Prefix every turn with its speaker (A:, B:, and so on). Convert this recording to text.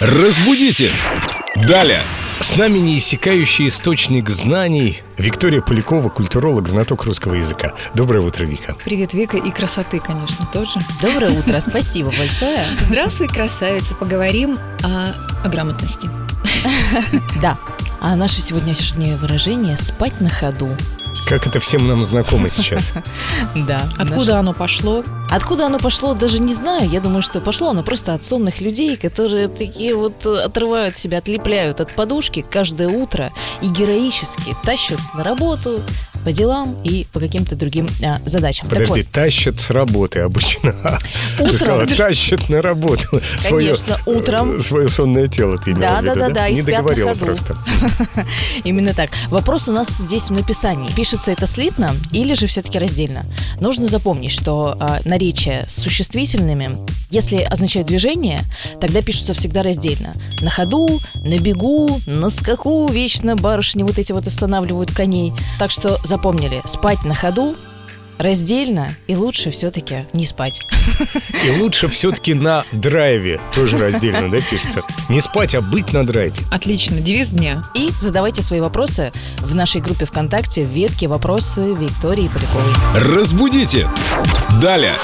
A: Разбудите! Далее!
B: С нами неиссякающий источник знаний Виктория Полякова, культуролог, знаток русского языка. Доброе утро, Вика.
C: Привет, Вика, и красоты, конечно, тоже.
D: Доброе утро, спасибо большое.
C: Здравствуй, красавица. Поговорим о, о грамотности.
D: Да, а наше сегодняшнее выражение «спать на ходу».
B: Как это всем нам знакомо сейчас.
D: Да.
C: Откуда оно пошло?
D: Откуда оно пошло, даже не знаю. Я думаю, что пошло оно просто от сонных людей, которые такие вот э, отрывают себя, отлепляют от подушки каждое утро и героически тащат на работу, по делам и по каким-то другим а, задачам. Так
B: Подожди, тащат с работы обычно. Ты
D: Утром.
B: сказала, тащат на работу. Своё,
D: Конечно, утром.
B: э, Свое сонное тело ты имела
D: Да,
B: в виду,
D: да, да, да, и
B: Не
D: спят на
B: договорила
D: ходу.
B: просто.
D: вот, именно так. Вопрос у нас здесь в написании. Пишется это слитно или же все-таки раздельно? Нужно запомнить, что а, наречия с существительными, если означают движение, тогда пишутся всегда раздельно. На ходу, на бегу, на скаку, вечно барышни вот эти вот останавливают коней. Так что запомнили, спать на ходу, раздельно и лучше все-таки не спать.
B: И лучше все-таки на драйве. Тоже раздельно, да, пишется? Не спать, а быть на драйве.
C: Отлично, девиз дня.
D: И задавайте свои вопросы в нашей группе ВКонтакте в ветке «Вопросы Виктории Поляковой».
A: Разбудите! Далее!